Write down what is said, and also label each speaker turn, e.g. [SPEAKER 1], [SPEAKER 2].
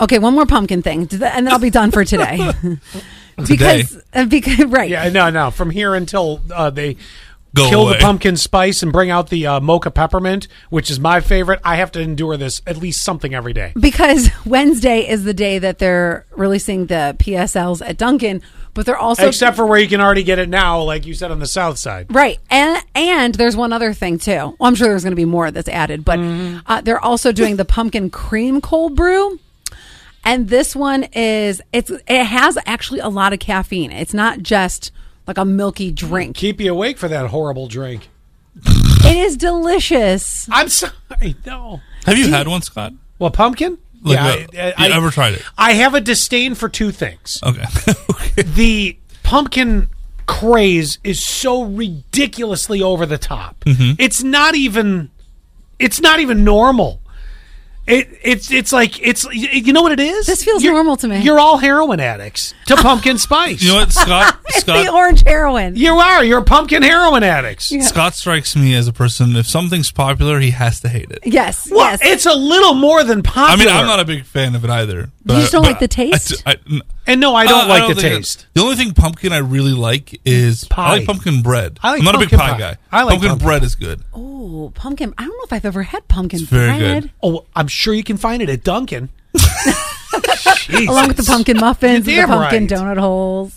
[SPEAKER 1] Okay, one more pumpkin thing, and then I'll be done for today. because, uh, because right,
[SPEAKER 2] Yeah, no, no. From here until uh, they
[SPEAKER 3] Go
[SPEAKER 2] kill
[SPEAKER 3] away.
[SPEAKER 2] the pumpkin spice and bring out the uh, mocha peppermint, which is my favorite. I have to endure this at least something every day.
[SPEAKER 1] because Wednesday is the day that they're releasing the PSLs at Duncan, but they're also
[SPEAKER 2] Except for where you can already get it now, like you said on the south side.
[SPEAKER 1] Right, and and there's one other thing too. Well, I'm sure there's going to be more that's added, but
[SPEAKER 2] Mm-hmm.
[SPEAKER 1] uh, they're also doing the pumpkin cream cold brew, and this one is it's it has actually a lot of caffeine. It's not just like a milky drink.
[SPEAKER 2] Keep you awake for that horrible drink.
[SPEAKER 1] It is delicious.
[SPEAKER 2] I'm sorry, no.
[SPEAKER 3] Have you had one, Scott?
[SPEAKER 2] Well, pumpkin.
[SPEAKER 3] Like, uh,
[SPEAKER 2] I-
[SPEAKER 3] you
[SPEAKER 2] I-
[SPEAKER 3] ever tried it?
[SPEAKER 2] I have a disdain for two things.
[SPEAKER 3] Okay. okay.
[SPEAKER 2] the pumpkin craze is so ridiculously over the top.
[SPEAKER 3] Mm-hmm.
[SPEAKER 2] It's not even it's not even normal. It it's it's like it's y- you know what it is?
[SPEAKER 1] This feels
[SPEAKER 2] You're-
[SPEAKER 1] normal to me.
[SPEAKER 2] You're all heroin addicts to pumpkin spice.
[SPEAKER 3] You know what, Scott? Scott.
[SPEAKER 1] The orange heroin.
[SPEAKER 2] You are. You're pumpkin heroin addicts.
[SPEAKER 3] Scott strikes me as a person. If something's popular, he has to hate it.
[SPEAKER 1] Yes.
[SPEAKER 2] Well,
[SPEAKER 1] yes.
[SPEAKER 2] it's a little more than
[SPEAKER 3] I
[SPEAKER 2] popular.
[SPEAKER 3] mean, I'm not a big fan of it either.
[SPEAKER 1] just don't like the
[SPEAKER 3] I- I
[SPEAKER 1] taste?
[SPEAKER 3] do- I, n-
[SPEAKER 2] and no, I
[SPEAKER 3] uh,
[SPEAKER 2] don't like the
[SPEAKER 3] think it-
[SPEAKER 2] taste.
[SPEAKER 3] The only thing pumpkin I really like is I
[SPEAKER 2] Pie.
[SPEAKER 3] like pumpkin bread.
[SPEAKER 2] I like
[SPEAKER 3] I'm not a big
[SPEAKER 2] pumpkin
[SPEAKER 3] pie,
[SPEAKER 2] pie.
[SPEAKER 3] guy.
[SPEAKER 2] I like
[SPEAKER 3] pumpkin,
[SPEAKER 2] pumpkin.
[SPEAKER 3] bread is good.
[SPEAKER 1] Ooh, pumpkin. I don't know if I've ever had pumpkin
[SPEAKER 3] It's very
[SPEAKER 1] bread
[SPEAKER 3] good.
[SPEAKER 2] Oh, I'm sure you can find it at Dunkin'.
[SPEAKER 1] along with the pumpkin muffins, and the
[SPEAKER 2] You're damn
[SPEAKER 1] pumpkin
[SPEAKER 2] right.
[SPEAKER 1] donut holes.